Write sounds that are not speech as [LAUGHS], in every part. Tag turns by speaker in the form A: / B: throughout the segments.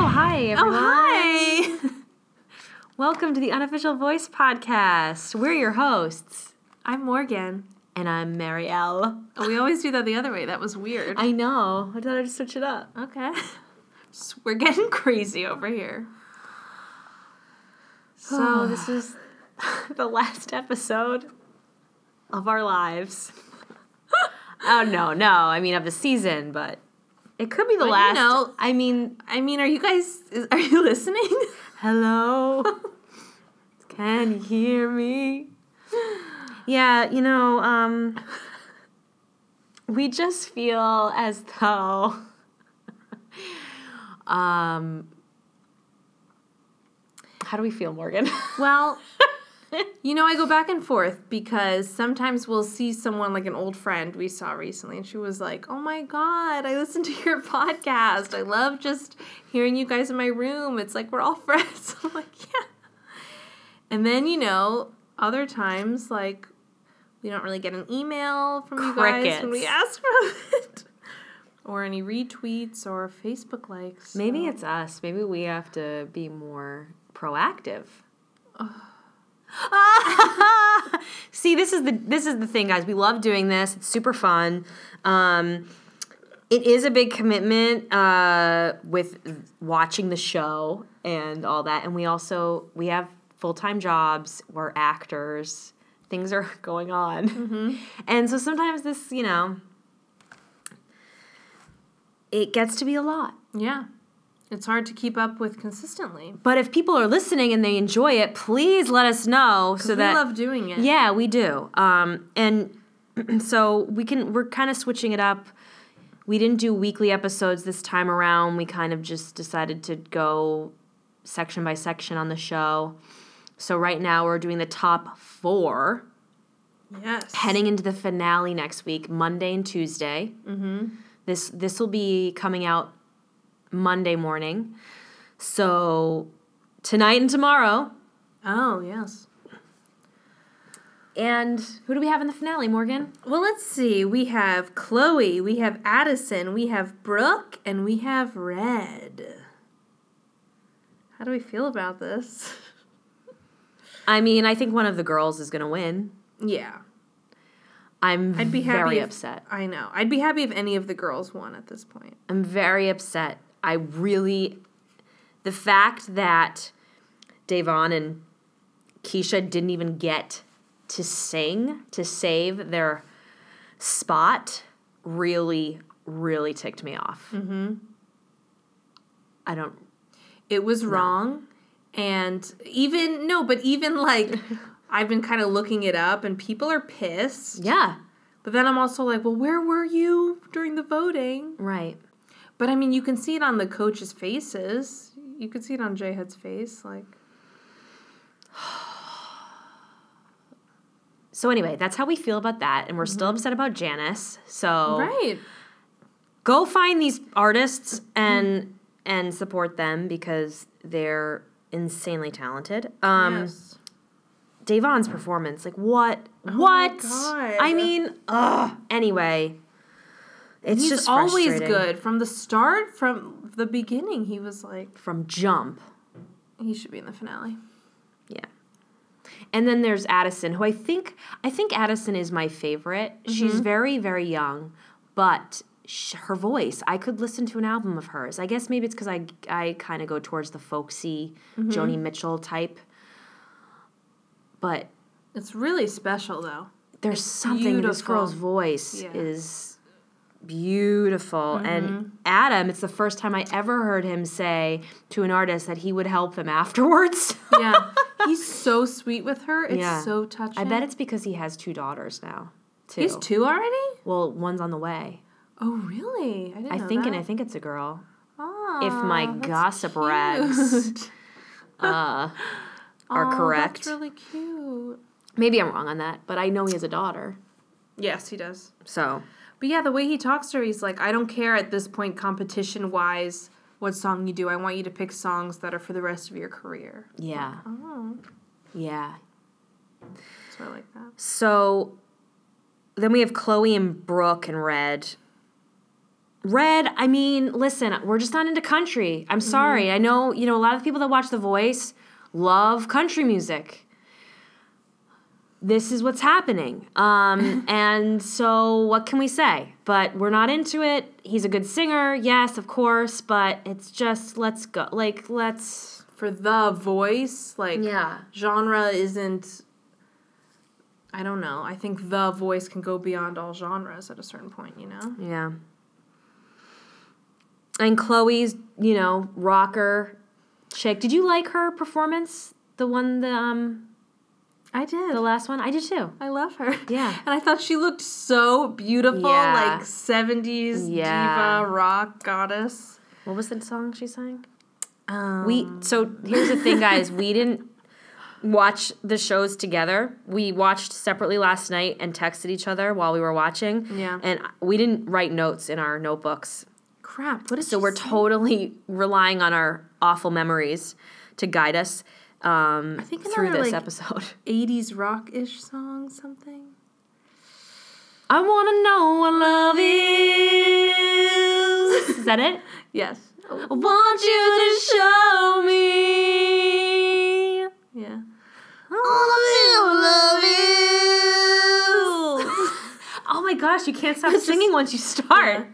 A: Oh, [LAUGHS] Welcome to the Unofficial Voice Podcast. We're your hosts,
B: I'm Morgan.
A: and I'm Marielle.
B: Oh, we always do that the other way. That was weird.
A: I know. I thought I'd just switch it up.
B: okay. [LAUGHS] S- We're getting crazy over here.
A: So this is [LAUGHS] the last episode of our lives. oh no, no. I mean of the season, but it could be the
B: But, you
A: last.
B: know-
A: I mean,
B: [SIGHS] I mean, are you guys is, are you [LAUGHS] listening?
A: hello. [LAUGHS] Can you hear me? Yeah, you know, um we just feel as though [LAUGHS] um how do we feel, Morgan? [LAUGHS]
B: well, you know, I go back and forth because sometimes we'll see someone like an old friend we saw recently and she was like, "Oh my god, I listened to [LAUGHS] your podcast. I love just hearing you guys in my room. It's like we're all [LAUGHS] friends." I'm like, "Yeah." And then, you know, other times like we don't really get an email from you guys when we
A: Crickets.
B: ask for it. [LAUGHS] Or any retweets or Facebook likes.
A: Maybe it's us. Maybe we have to be more proactive. [LAUGHS] See, this is the this is the thing, guys. We love doing this. It's super fun. Um, it is a big commitment uh, with watching the show and all that. And we also we have full time jobs. We're actors. Things are [LAUGHS] going on, and so sometimes this, you know, it gets to be a lot.
B: Yeah. It's hard to keep up with consistently.
A: But if people are listening and they enjoy it, please let us know so
B: we
A: that
B: love doing it.
A: yeah, we do. Um, and [CLEARS THROAT] so we can we're kind of switching it up. We didn't do weekly episodes this time around. We kind of just decided to go section by section on the show. So right now we're doing the top 4
B: Yes.
A: heading into the finale next week, Monday and Tuesday. Mm-hmm. This this will be coming out Monday morning. So tonight and tomorrow.
B: Oh, yes.
A: And who do we have in the finale, Morgan?
B: Well, let's see. We have Chloe, we have Addison, we have Brooke, and we have Red. How do we feel about this? [LAUGHS]
A: I mean, I think one of the girls is gonna win.
B: Yeah.
A: I'm
B: I'd be happy.
A: very
B: if-
A: upset.
B: I know. I'd be happy if any of the girls won at this point.
A: I'm very upset. I really the fact that Davon and Keisha didn't even get to sing to save their spot really, really ticked me off. Mm-hmm. I don't.
B: It was wrong. And even, no, but even like, I've been kind of looking it up and people are pissed.
A: Yeah,
B: But then I'm also like, well, where were you during the voting?
A: right.
B: But I mean, you can see it on the coaches' faces. You could see it on J Head's face. Like,
A: So anyway, that's how we feel about that, and we're still upset about Janice. So
B: right.
A: go find these artists and and support them because they're insanely talented. Um,
B: yes. Oh
A: Davon's performance. Like what? what?
B: God.
A: I mean, ugh. Anyway, it's
B: He's
A: just
B: always
A: frustrating.
B: good. From the start, from the beginning, he was like,
A: from jump.
B: he should be in the finale.
A: Yeah. And then there's Addison, who I think I think Addison is my favorite.
B: Mm-hmm.
A: She's very very young, but sh- her voice, I could listen to an album of hers. I guess maybe it's cuz I I kind of go towards the folksy
B: Mm-hmm.
A: Joni Mitchell type. But
B: It's really special,
A: [LAUGHS]
B: though.
A: there's something in this
B: beautiful.
A: girl's voice
B: Yeah. Mm-hmm.
A: is beautiful and Adam, it's the first time I ever heard him say to an artist that he would help him [LAUGHS] afterwards.
B: Yeah. He's so sweet with her. It's
A: Yeah.
B: so touching.
A: I bet it's because he has two daughters now. Two.
B: He's two already?
A: Well, one's on the way.
B: Oh, really? I didn't
A: I
B: know
A: think,
B: that.
A: and I think it's a girl.
B: [LAUGHS] Aw,
A: If my
B: that's
A: gossip rags
B: [LAUGHS] cute.
A: uh, are
B: Aw,
A: correct,
B: That's really cute.
A: maybe I'm wrong on that, but I know he has a daughter.
B: Yes, he does.
A: So
B: But yeah, the way he talks to her, he's like, I don't care at this point, competition wise, what song you do. I want you to pick songs that are for the rest of your career.
A: yeah,
B: Oh,
A: yeah.
B: sort of like that.
A: So then we have Chloe and Brooke and Red. Red, I mean, listen, we're just not into country. I'm sorry. I know, you know, a lot of people that watch The Voice love country music. This is what's happening. Um, and so, what can we say? But we're not into it. He's a good singer, yes, of course, but it's just let's go. Like, let's.
B: for the voice like
A: Yeah.
B: genre isn't i don't know i think the voice can go beyond all genres at a certain point you know
A: Yeah. And Chloe's, you know, rocker chick. Did you like her performance? The one, the um,
B: i did
A: the last one. I did too.
B: i love her
A: Yeah.
B: [LAUGHS] and i thought she looked so beautiful
A: Yeah.
B: like 70s
A: Yeah.
B: diva rock goddess
A: What was the song she sang?
B: um,
A: We so here's the thing, guys. We didn't watch the shows together. We watched separately last night and texted each other while we were watching.
B: Yeah.
A: And we didn't write notes in our notebooks.
B: crap what is
A: So
B: she
A: we're
B: saying?
A: totally relying on our awful memories to guide us um,
B: think
A: through
B: another,
A: this
B: like,
A: episode. [LAUGHS]
B: 80s rock-ish song something
A: I want to know what love is. Is that it?
B: yes
A: I
B: Oh,
A: want you to show me.
B: yeah [LAUGHS]
A: Oh my gosh, you can't stop singing once you start.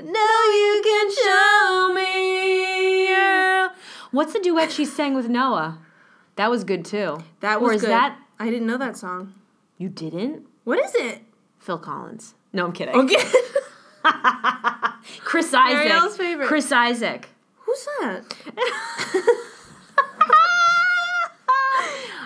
B: no you can show me
A: What's the duet she sang with Noah? That was good too.
B: That
A: Or
B: was
A: is
B: good.
A: that-
B: I didn't know that song.
A: You didn't?
B: What is it?
A: Phil Collins. No, I'm kidding.
B: [LAUGHS] Okay.
A: [LAUGHS] Chris Isaac.
B: Ariel's favorite.
A: Chris Isaac. [LAUGHS]
B: Who's that?
A: I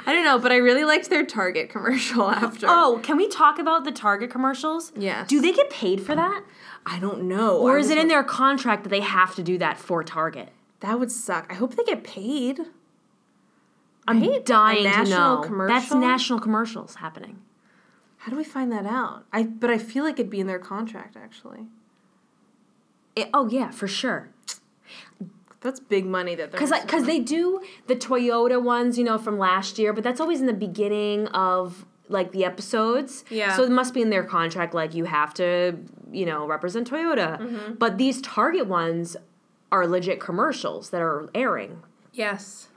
B: I don't know, but I really liked their Target commercial [LAUGHS] after.
A: Oh, can we talk about the Target commercials?
B: Yes.
A: Do they get paid for that?
B: I don't know.
A: Or
B: I
A: is
B: was
A: it in
B: like,
A: their contract that they have to do that for Target?
B: That would suck. I hope they get paid.
A: I'm dying
B: A
A: to
B: national
A: know. That's
B: commercial?
A: national commercials happening.
B: How do we find that out? I but I feel like it'd be in their contract actually.
A: It- oh yeah, for sure.
B: That's big money that they're
A: Because because they do the Toyota ones, you know, from last year, but that's always in the beginning of like the episodes.
B: Yeah.
A: So it must be in their contract, like you have to, you know, represent Toyota. But these Target ones are legit commercials that are airing.
B: Yes.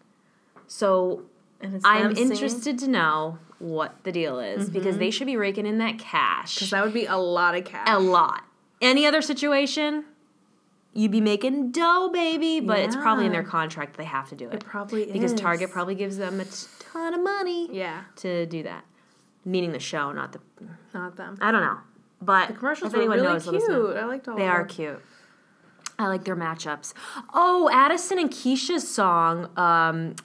A: So
B: And it's
A: I'm
B: them Mm-hmm. singing.
A: interested to know what the deal is because they should be raking in that cash.
B: That would be a lot of cash.
A: a lot. Any other situation, you'd be making dough, baby, but it's probably in
B: Yeah.
A: their contract they have to do it.
B: It probably is.
A: because Target probably gives them a ton of money
B: Yeah,
A: to do that. Meaning the show, not the.
B: not them.
A: I don't know. But
B: The
A: if
B: commercials were
A: anyone
B: really
A: knows, let us know.
B: cute. I liked all
A: They
B: of
A: are
B: them.
A: cute. I like their matchups. Oh, Addison and Keisha's song, um,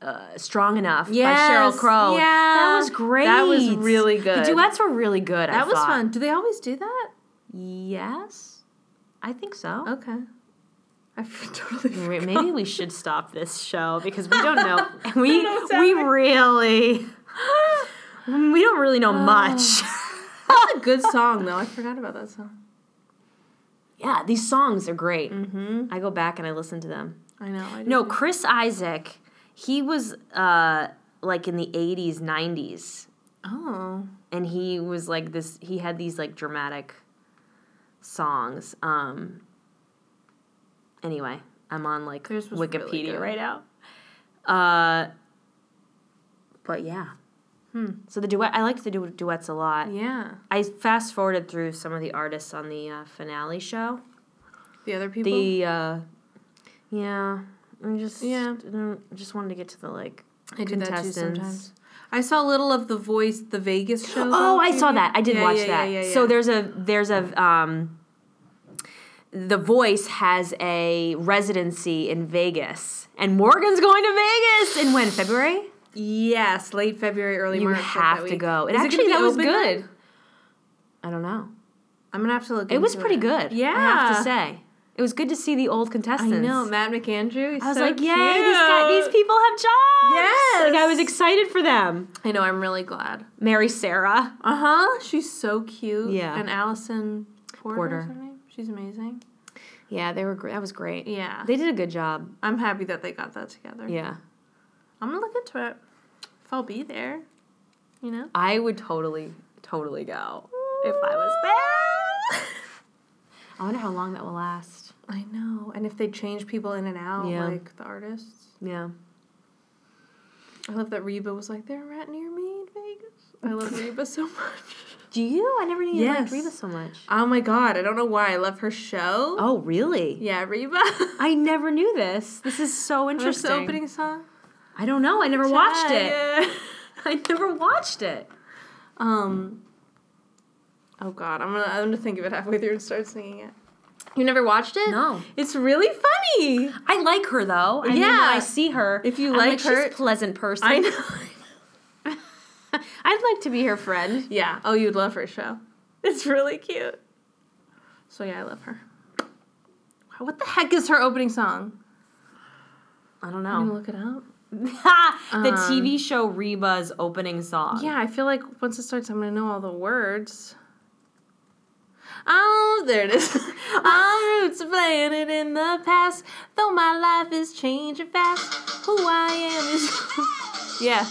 A: uh, "Strong Enough" by Cheryl
B: Yes,
A: Crow. that
B: yeah.
A: was great.
B: That was really
A: The
B: good.
A: duets were really good. I
B: That was
A: thought.
B: fun. Do they always do that?
A: Yes, I think so.
B: Okay. I [LAUGHS] f- totally
A: Wait,
B: forgot.
A: Maybe we should stop this show because we don't know.
B: [LAUGHS]
A: We
B: know what's
A: we
B: happening.
A: really we don't really
B: Oh.
A: know much.
B: [LAUGHS]
A: [LAUGHS]
B: That's a good song though. I forgot about that song.
A: yeah, these songs are great.
B: Mm-hmm.
A: I go back and I listen to them.
B: I know. I
A: No, Chris Isaac, he was uh like in the 80s, 90s
B: Oh.
A: and he was like this he had these like dramatic songs. Um anyway, I'm on like
B: Theirs was really
A: Wikipedia
B: good.
A: right now. Uh but yeah.
B: Hmm.
A: So the duet I liked the du- duets a lot.
B: Yeah.
A: I fast forwarded through some of the artists on the uh, finale show.
B: The other people.
A: The uh, yeah, I just
B: Yeah.
A: didn't- just wanted to get to the like.
B: I do that too
A: contestants.
B: sometimes. I saw little of the Voice, the Vegas show.
A: Oh,
B: though,
A: I saw
B: maybe.
A: that. I did
B: Yeah,
A: watch
B: yeah,
A: that.
B: Yeah, yeah,
A: So
B: yeah.
A: there's a there's a um. The Voice has a residency in Vegas, and Morgan's going to Vegas in when February.
B: yes, late February, early
A: You
B: March. like
A: have
B: that
A: to
B: week.
A: go. It
B: Is
A: actually
B: gonna be
A: that was
B: open
A: good.
B: then?
A: I don't know.
B: I'm gonna have to look.
A: It was
B: into
A: pretty good.
B: Yeah.
A: I have to say, it was good to see the old
B: I
A: contestants.
B: know Matt McAndrew. He's
A: I was
B: so
A: like, yay, these, guy, these
B: cute.
A: people have jobs.
B: Yes.
A: Like, I was excited for them.
B: I know. I'm really glad.
A: Mary Sarah.
B: Uh huh. She's so cute.
A: Yeah.
B: And Allison Porter.
A: Porter.
B: Is her name? She's amazing.
A: Yeah, they were. Gr- that was great.
B: Yeah.
A: They did a good job.
B: I'm happy that they got that together.
A: Yeah,
B: I'm gonna look into it. If I'll be there, you know.
A: I would totally, totally go if I was there. I wonder how long that will last.
B: I know. And if they change people in and out,
A: Yeah.
B: like the artists.
A: Yeah.
B: I love that Reba was like, "They're right near me in Vegas." I love [LAUGHS] Reba so much.
A: Do you? I never knew you liked
B: Yes.
A: Reba so much.
B: Oh my god, I don't know why I love her show.
A: Oh, really?
B: Yeah, Reba. [LAUGHS]
A: I never knew this. This is so
B: What's
A: interesting.
B: the opening song?
A: I don't know. I never watched it.
B: Yeah.
A: I never watched it.
B: Um. Oh God, I'm gonna I'm gonna think of it halfway through and start singing it. You never watched it?
A: No.
B: It's really funny.
A: I like her though. I mean, when
B: Yeah.
A: I see her.
B: If you
A: I'm
B: like her-
A: she's a pleasant person. [LAUGHS]
B: I know. [LAUGHS]
A: I'd like to be her friend.
B: yeah. Oh, you'd love her show. It's really cute. So yeah, I love her. Wow, What the heck is her opening song?
A: I don't
B: I'm gonna
A: know. Um,
B: look it up.
A: [LAUGHS] the TV show Reba's opening song.
B: Yeah, I feel like once it starts, I'm gonna know all the words. Oh, there it is. [LAUGHS] I'm roots playing it in the past, though my life is changing fast. Who I am is [LAUGHS] yeah,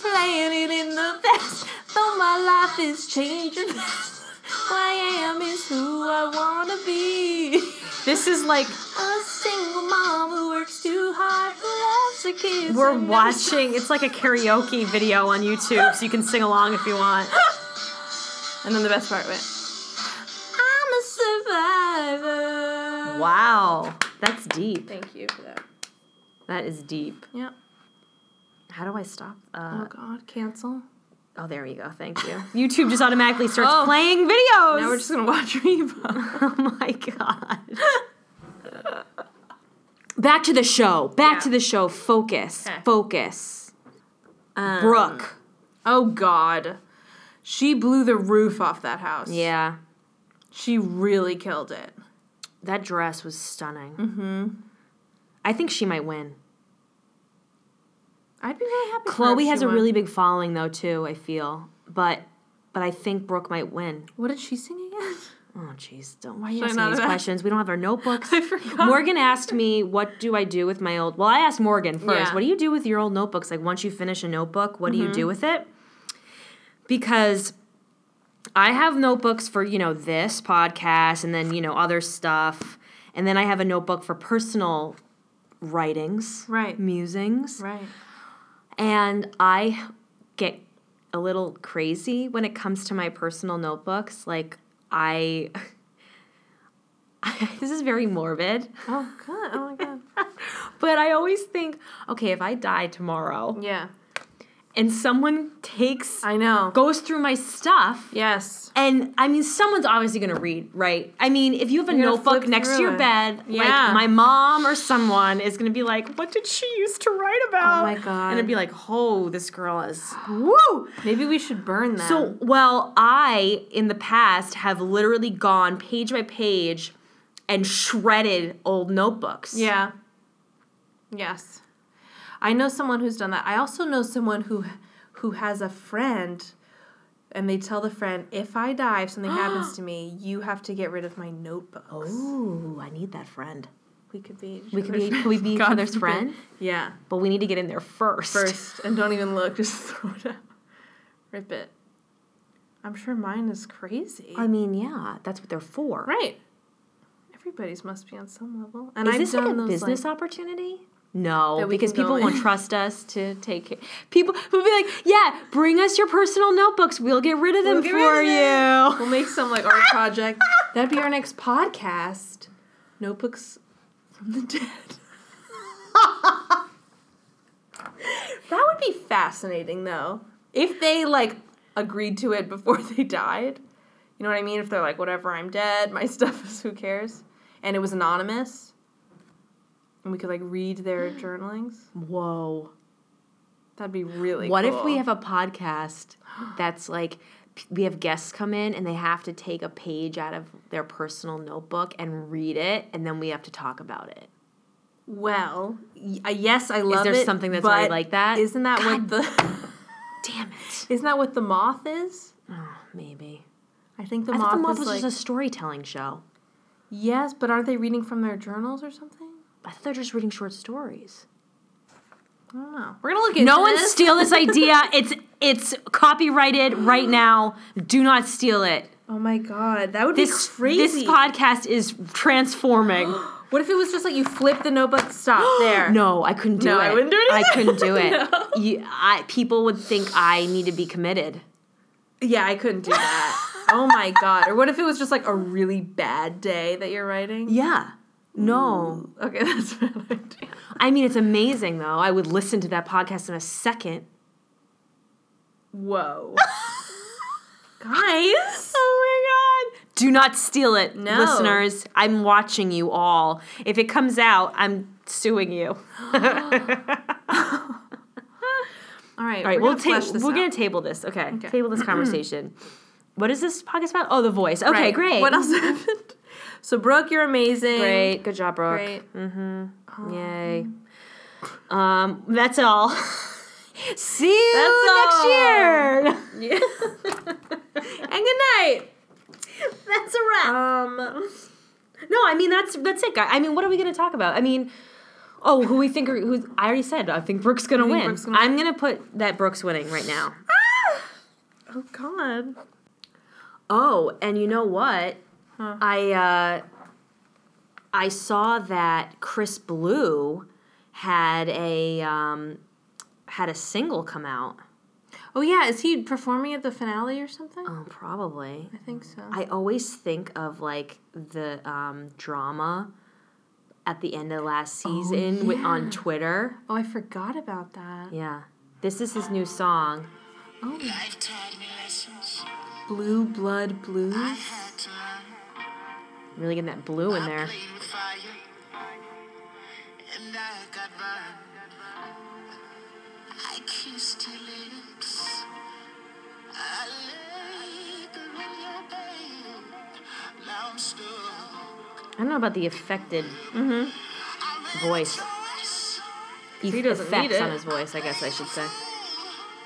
B: playing it in the past, though my life is changing fast. Who I am is who I wanna be.
A: This is like
B: A single mom who works too hard, who loves her kids.
A: we're
B: and knows-
A: watching. It's like a karaoke video on YouTube, so you can sing along if you want.
B: And then the best part went. I'm a survivor.
A: Wow, that's deep.
B: Thank you for that.
A: That is deep.
B: Yep.
A: How do I stop?
B: Oh
A: Uh,
B: God, cancel.
A: oh, there you go. Thank you. YouTube just automatically starts
B: Oh.
A: playing videos.
B: Now we're just gonna watch [LAUGHS] Reba.
A: [LAUGHS] Oh my god. Back to the show. Back
B: Yeah.
A: to the show. Focus.
B: Okay.
A: Focus.
B: Um,
A: Brooke.
B: Oh God, she blew the roof off that house.
A: Yeah.
B: She really killed it.
A: That dress was stunning. Mm-hmm. I think she might win.
B: I'd be really happy. for her
A: Chloe
B: if
A: has
B: she
A: a
B: won.
A: really big following though too, I feel. But but I think Brooke might win.
B: What did she sing again?
A: Oh jeez, don't why are you
B: Should I
A: asking
B: not
A: these
B: have-
A: questions? We don't have our notebooks.
B: [LAUGHS] I forgot.
A: Morgan asked me, "What do I do with my old?" Well, I asked Morgan first.
B: Yeah. Mm-hmm.
A: What do you do with your old notebooks? Like once you finish a notebook, what do you do with it? Because I have notebooks for you know this podcast, and then you know other stuff, and then I have a notebook for personal writings,
B: [LAUGHS] Right.
A: musings,
B: Right.
A: and I get a little crazy when it comes to my personal notebooks. Like I. [LAUGHS] this is very morbid.
B: Oh God. Oh my God.
A: But I always think, okay, if I die tomorrow
B: yeah.
A: and someone takes
B: I know.
A: goes through my stuff,
B: Yes.
A: and I mean someone's obviously gonna read, right? I mean, if you have a
B: You're gonna
A: notebook
B: flip
A: next to
B: through
A: your
B: it.
A: bed,
B: Yeah.
A: like my mom or someone is gonna be like, What did she used to write about?
B: my God.
A: And it'd be like, Oh, this girl is woo!
B: Maybe we should burn that.
A: So, well, I in the past have literally gone page by page and shredded old notebooks.
B: Yeah. Yes. I know someone who's done that. I also know someone who who has a friend and they tell the friend, "If I die, if
A: [GASPS]
B: something happens to me, you have to get rid of my notebooks."
A: Ooh, I need that friend.
B: We could be each
A: Oh. We could be
B: [LAUGHS] other's
A: could we be each
B: God
A: other's
B: forbid.
A: friend?
B: Yeah.
A: But we need to get in there first.
B: First, and don't even look, just [LAUGHS] throw it out. Rip it. I'm sure mine is crazy.
A: I mean, yeah, that's what they're for.
B: right. Everybody's must be on some level. And
A: Is
B: I've
A: this
B: done
A: like a
B: those
A: business opportunity? No,
B: That we
A: because
B: can go
A: people won't
B: in.
A: trust us to take care. People will be like, "Yeah, bring us your personal notebooks. We'll get rid of them
B: get rid
A: for
B: of
A: you."
B: We'll make some like art project. That'd be our next podcast. Notebooks from the dead. that would be fascinating though. If they like agreed to it before they died. You know what I mean? If they're like, whatever, I'm dead, my [LAUGHS] stuff is who cares. And it was anonymous. And we could like
A: [GASPS]
B: read their journalings.
A: Whoa.
B: That'd be really
A: What if
B: cool.
A: we have a
B: [GASPS]
A: podcast that's like p- we have guests come in and they have to take a page out of their personal notebook and read it and then we have to talk about it.
B: Well, y- uh, yes, I love it.
A: there something that's already
B: but
A: like that?
B: Isn't that what the [LAUGHS]
A: Damn it.
B: Isn't that what the moth is?
A: Oh, maybe.
B: I think the,
A: I
B: moth,
A: thought the moth
B: is
A: was
B: like,
A: just a storytelling show.
B: yes, but aren't they reading from their journals or something?
A: I thought they're just reading short stories.
B: I don't know. We're gonna look into
A: No one
B: this.
A: steal
B: [LAUGHS]
A: this idea. It's it's copyrighted right now. Do not steal it.
B: Oh my god, that would
A: This
B: be crazy.
A: this podcast is transforming.
B: What if it was just like you flip the
A: [GASPS]
B: notebook, stop there?
A: No, I couldn't do
B: No,
A: it.
B: I wouldn't do it
A: I
B: either.
A: couldn't
B: [LAUGHS]
A: do it.
B: No.
A: You- I, people would think I need to be committed.
B: Yeah, I couldn't
A: [LAUGHS]
B: do that. oh my god. Or what if it was just like a really bad day that you're writing?
A: Yeah. No.
B: Okay, [LAUGHS] that's a bad idea.
A: I mean, it's amazing though. I would listen to that podcast in a second.
B: Whoa. [LAUGHS] Guys.
A: [LAUGHS] Oh my god. Do not steal it,
B: No.
A: listeners. I'm watching you all. If it comes out, I'm suing
B: [GASPS]
A: you. [LAUGHS]
B: All right,
A: All right,
B: we're
A: we'll
B: gonna flesh
A: ta-
B: this
A: we're
B: out.
A: going to table this. Okay.
B: Okay.
A: Table
B: [CLEARS THROAT]
A: this conversation. what is this podcast about? Oh, The Voice. Okay,
B: Right.
A: great.
B: What else [LAUGHS] happened? So Brooke, you're amazing.
A: Great. Good job, Brooke. Mm-hmm.
B: Great. Mm-hmm.
A: Yay. Um, that's
B: [LAUGHS]
A: all. See you
B: That's
A: next
B: all.
A: year. [LAUGHS]
B: Yeah. [LAUGHS] and good night.
A: That's a wrap.
B: Um
A: no, I mean that's that's it, guys. I mean, what are we gonna talk about? I mean, oh, who we think? Are, who's? I already said. I think Brooks gonna
B: You think
A: win.
B: Brooke's gonna
A: I'm gonna put that Brooks winning right now.
B: Oh god.
A: Oh, and you know what?
B: Huh.
A: I uh, I saw that Chris Blue had a um, had a single come out.
B: Oh yeah, is he performing at the finale or something?
A: Oh, probably.
B: I think so.
A: I always think of like the um, drama at the end of last season wi- on Twitter.
B: oh, I forgot about that.
A: Yeah. This is his new song.
B: Oh,
C: Life taught me lessons
B: blue blood blues.
C: I had to learn.
A: Really getting that blue in
C: I
A: there.
C: played with fire, and I got burned. I kissed your lips. I labored in your bed. Now I'm stuck.
A: I don't know about the affected
C: I
A: Voice.
C: rejoice.
A: eff-
B: doesn't need
A: effects on
B: it.
A: his voice, I guess I should say.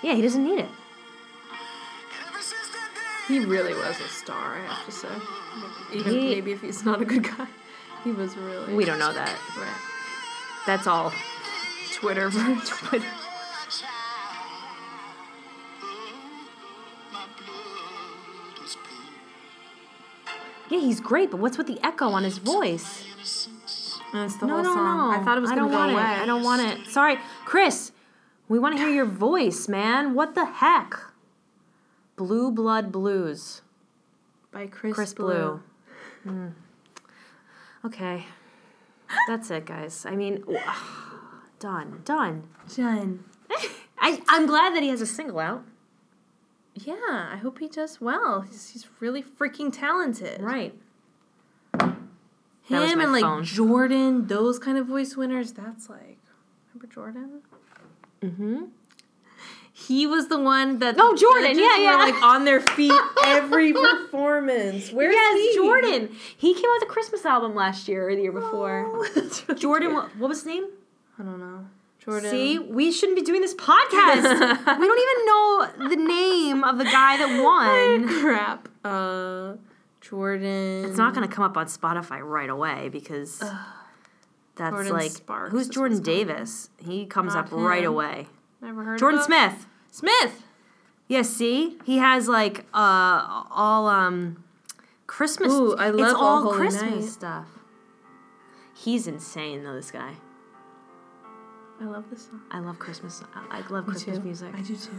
A: Yeah, he doesn't need it.
C: And ever since that day,
B: He really was a star, I have to say. Even
A: He-
B: maybe if he's not a good guy, he was really.
A: We don't know that.
B: Right.
A: That's all. [LAUGHS]
B: Twitter for Twitter.
C: oh, I tried. Oh, my blood is blue.
A: Yeah, he's great, but what's with the echo on his voice?
C: Innocence.
B: And it's the
A: No,
B: whole
A: no,
B: song.
A: no.
B: I thought it was gonna
A: don't
B: go
A: want
B: away.
A: It. I don't want it. Sorry, Chris. We want to hear your voice, man. What the heck? Blue Blood Blues.
B: By Chris,
A: Chris Blue.
B: Blue.
A: Mm. Okay. That's it, guys. I mean, [SIGHS] done, done.
B: Done.
A: [LAUGHS] I, I'm glad that he has a single out.
B: Yeah, I hope he does well. He's, he's really freaking talented.
A: Right. That was
B: Him
A: my
B: and like
A: phone.
B: Jordan, those kind of voice winners. That's like, remember Jordan?
A: Mm-hmm.
B: He was the one that
A: Oh,
B: the
A: Jordan,
B: judges
A: yeah,
B: were,
A: yeah.
B: like on their feet
A: [LAUGHS]
B: every performance. Where's
A: Yes,
B: he?
A: Jordan. He came out with a Christmas album last year or the year before.
B: [LAUGHS]
A: Oh, Jordan,
B: I
A: what, what was his name?
B: don't know. Jordan.
A: See, we shouldn't be doing this
B: [LAUGHS]
A: podcast. we don't even know the name of the guy that
B: [LAUGHS]
A: won.
B: crap. Uh, Jordan.
A: It's not going to come up on Spotify right away because that's
B: Jordan
A: like
B: Sparks
A: who's
B: is
A: Jordan
B: what's called.
A: Davis? He comes
B: Not
A: up right
B: him.
A: away.
B: Never heard.
A: Jordan
B: of him?
A: Smith.
B: Smith.
A: Yeah, see, he has like uh all um Christmas.
B: Ooh, I
A: it's
B: love All
A: all
B: Holy
A: Christmas
B: Night.
A: stuff. He's insane though. This guy.
B: I love this song.
A: I love Christmas. I, I love Christmas music.
B: I do too.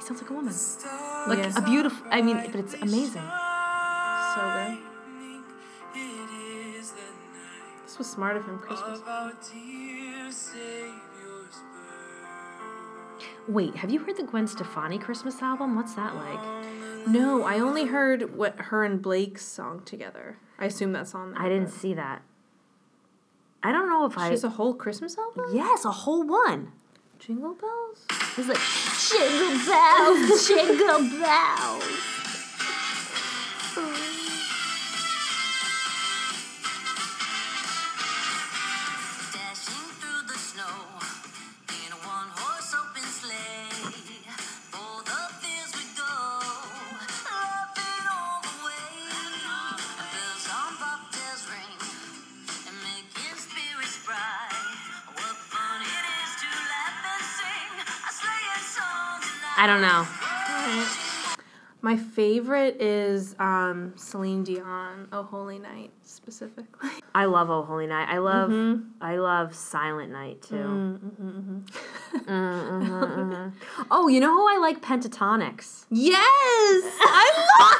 A: He sounds like a woman.
B: Like
A: A beautiful. I mean, but it's amazing.
B: so good. This was smart of him, Christmas.
A: Wait, have you heard the Gwen Stefani Christmas album? What's that like?
B: No, I only heard what her and Blake's song together. I assume that's on there.
A: I didn't see that. I don't know if
B: She
A: I.
B: has a whole Christmas album.
A: yes, a whole one.
B: Jingle bells.
A: It's like jingle bells, [LAUGHS] jingle bells.
C: Dashing through the snow in a one horse open sleigh. Both up fields we go, laughing all the way. Bells on bobtails ring and making spirits bright. What fun it is to laugh and sing a sleighing song tonight.
A: I don't know.
B: My favorite is um, Celine Dion, "Oh Holy Night" specifically.
A: I love Oh Holy Night. I love
B: Mm-hmm.
A: I love Silent Night too.
B: mm-hmm,
A: [LAUGHS] Mm, mhm,
B: [LAUGHS]
A: mhm. Oh, you know who I like? Pentatonics.
B: Yes, I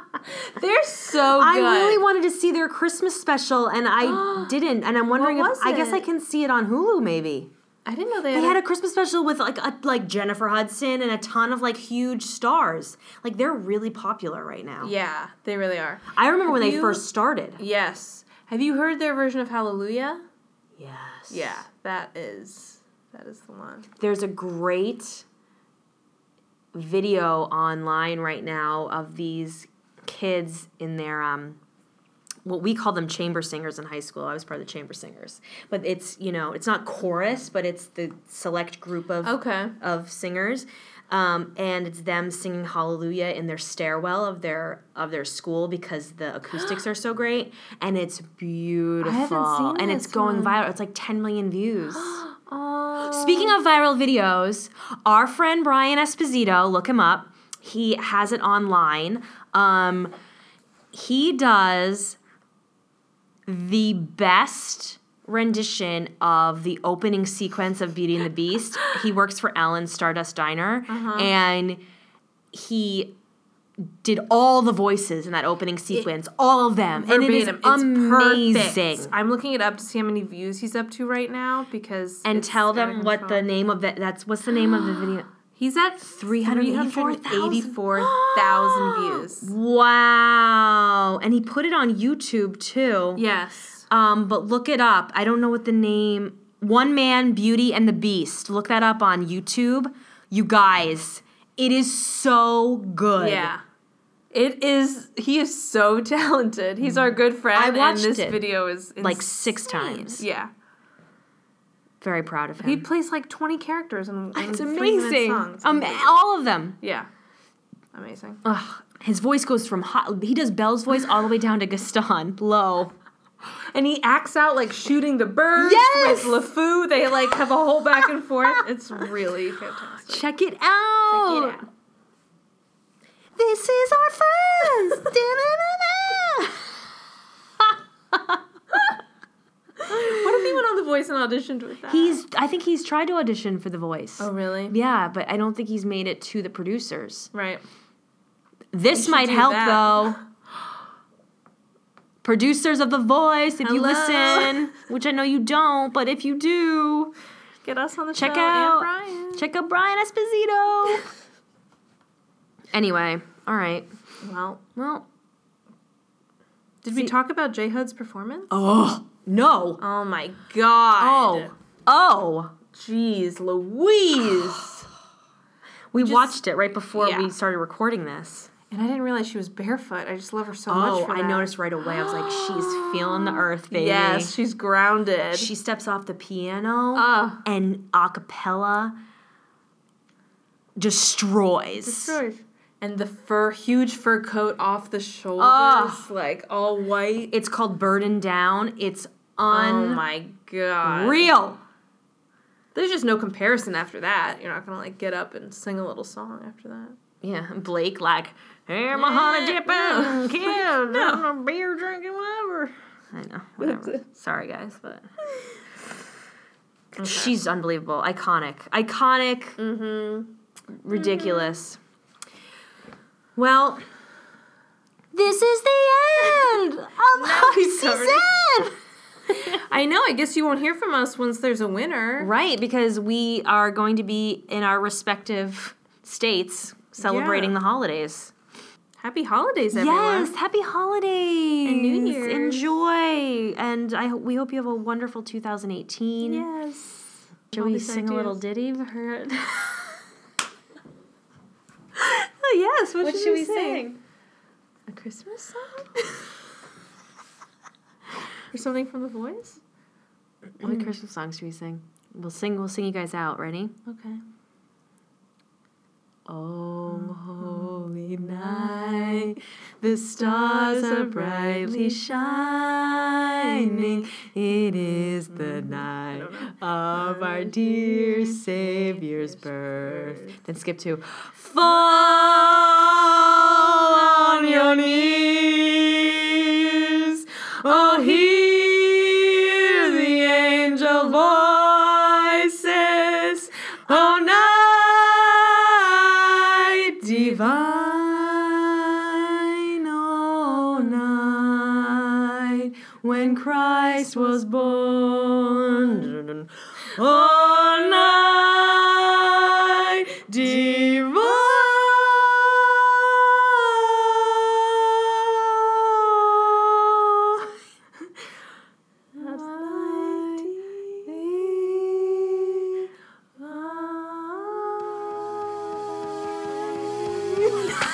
B: love. [LAUGHS] They're so good.
A: I really wanted to see their Christmas special and
B: [GASPS]
A: I didn't. And I'm wondering
B: What
A: if
B: was
A: I guess I
B: it?
A: can see it on Hulu maybe.
B: I didn't know they,
A: They had a Christmas special with like a, like Jennifer Hudson and a ton of like huge stars. Like they're really popular right now.
B: yeah, they really are.
A: I remember when
B: Have
A: they
B: you-
A: first started.
B: Yes. Have you heard their version of Hallelujah?
A: Yes.
B: Yeah, that is that is the one.
A: There's a great video online right now of these kids in their um what we call them chamber singers in high school. I was part of the chamber singers. But it's, you know, it's not chorus, but it's the select group of
B: Okay.
A: of singers, um, and it's them singing Hallelujah in their stairwell of their of their school because the acoustics are so great, and it's beautiful.
B: seen
A: and it's
B: this
A: going
B: one.
A: viral. It's like ten million views.
B: Oh.
A: Speaking of viral videos, our friend Brian Esposito, look him up. He has it online. Um, he does the best rendition of the opening sequence of Beauty and the Beast. He works for Ellen's Stardust Diner,
B: Uh-huh.
A: and he did all the voices in that opening sequence, all of them,
B: Verbatim.
A: and it is amazing.
B: perfect. I'm looking it up to see how many views he's up to right now because
A: And
B: it's
A: tell
B: out of
A: them what the
B: control.
A: name of that. That's what's the name of the video.
B: he's at [GASPS] 384,000 views.
A: Wow. And he put it on YouTube too.
B: Yes.
A: Um, but look it up. I don't know what the name One Man Beauty and the Beast. Look that up on YouTube. You guys, it is so good.
B: Yeah. It is he is so [LAUGHS] talented. He's our good friend
A: I watched
B: and this
A: it,
B: video is
A: Like six
B: insane.
A: times.
B: Yeah.
A: Very proud of him.
B: He plays like 20 characters in, in
A: it's
B: three minute
A: amazing.
B: songs.
A: Um, all of them.
B: yeah. Uh, Amazing.
A: Ugh, his voice goes from hot. He does Belle's voice all the way down to Gaston. [LAUGHS] Low.
B: And he acts out like shooting the birds
A: Yes!
B: with LeFou. They like have a whole back and forth. [LAUGHS] It's really fantastic.
A: Check it out.
B: Check it out.
A: This is our friends. [LAUGHS] Da-na-na-na.
B: What if he went on The Voice and auditioned with that?
A: he's. I think he's tried to audition for The Voice.
B: Oh, really?
A: Yeah, but I don't think he's made it to the producers.
B: Right.
A: This
B: should
A: might
B: do
A: help
B: that.
A: though. Producers of The Voice, if you
B: Hello.
A: listen, which I know you don't, but if you do,
B: Get us on the
A: Check
B: show.
A: out-
B: And Brian.
A: check out Brian Esposito. anyway, all right.
B: Well,
A: Well,
B: did we talk about J Hud's performance? Oh,
A: oh no.
B: my god.
A: Oh. Oh.
B: jeez, [SIGHS] Louise.
A: We watched it right before
B: Yeah.
A: we started recording this.
B: and I didn't realize she was barefoot. I just love her so much.
A: Oh,
B: for
A: I
B: that.
A: noticed right away. I was like, she's feeling the earth, baby. Oh.
B: Yes, she's grounded.
A: She steps off the piano
B: Ugh.
A: and a cappella destroys.
B: And the fur, huge fur coat off the shoulders,
A: Ugh.
B: like all white.
A: It's called Burden Down. It's
B: Oh
A: unreal.
B: my god! There's just no comparison after that. You're not gonna like get up and sing a little song after that. Eh,
A: Yeah, Blake, like, hey, I'm a honey dipping kid. I'm a beer drinking, whatever. I know, whatever. Sorry, guys, but. She's unbelievable. Iconic. Iconic. Mm-hmm. Ridiculous. Well, this is the end of our
B: we've covered it.
A: season.
B: I know. I guess you won't hear from us once there's a winner.
A: Right, because we are going to be in our respective states celebrating
B: Yeah.
A: the holidays.
B: Happy holidays, everyone.
A: Yes, happy holidays
B: And New Year's.
A: Enjoy, and I ho- we hope you have a wonderful 2018.
B: Yes.
A: Should
B: all
A: we
B: these
A: sing a little
B: ideas.
A: ditty
B: [LAUGHS]
A: for her?
B: Oh yes. What,
A: What
B: should,
A: should
B: we
A: we
B: sing?
A: sing?
B: A Christmas song? or something from The Voice?
A: what
B: Hmm.
A: Christmas songs should we sing? We'll sing. We'll sing you guys out. Ready?
B: Okay.
A: Oh, holy night, the stars are Mm-hmm. brightly shining. It is the night of our dear Savior's birth. Then skip to Fall on your knees. Oh, hear the angel voices. Oh, night divine. Oh, night when Christ was born. Oh, night divine. eh,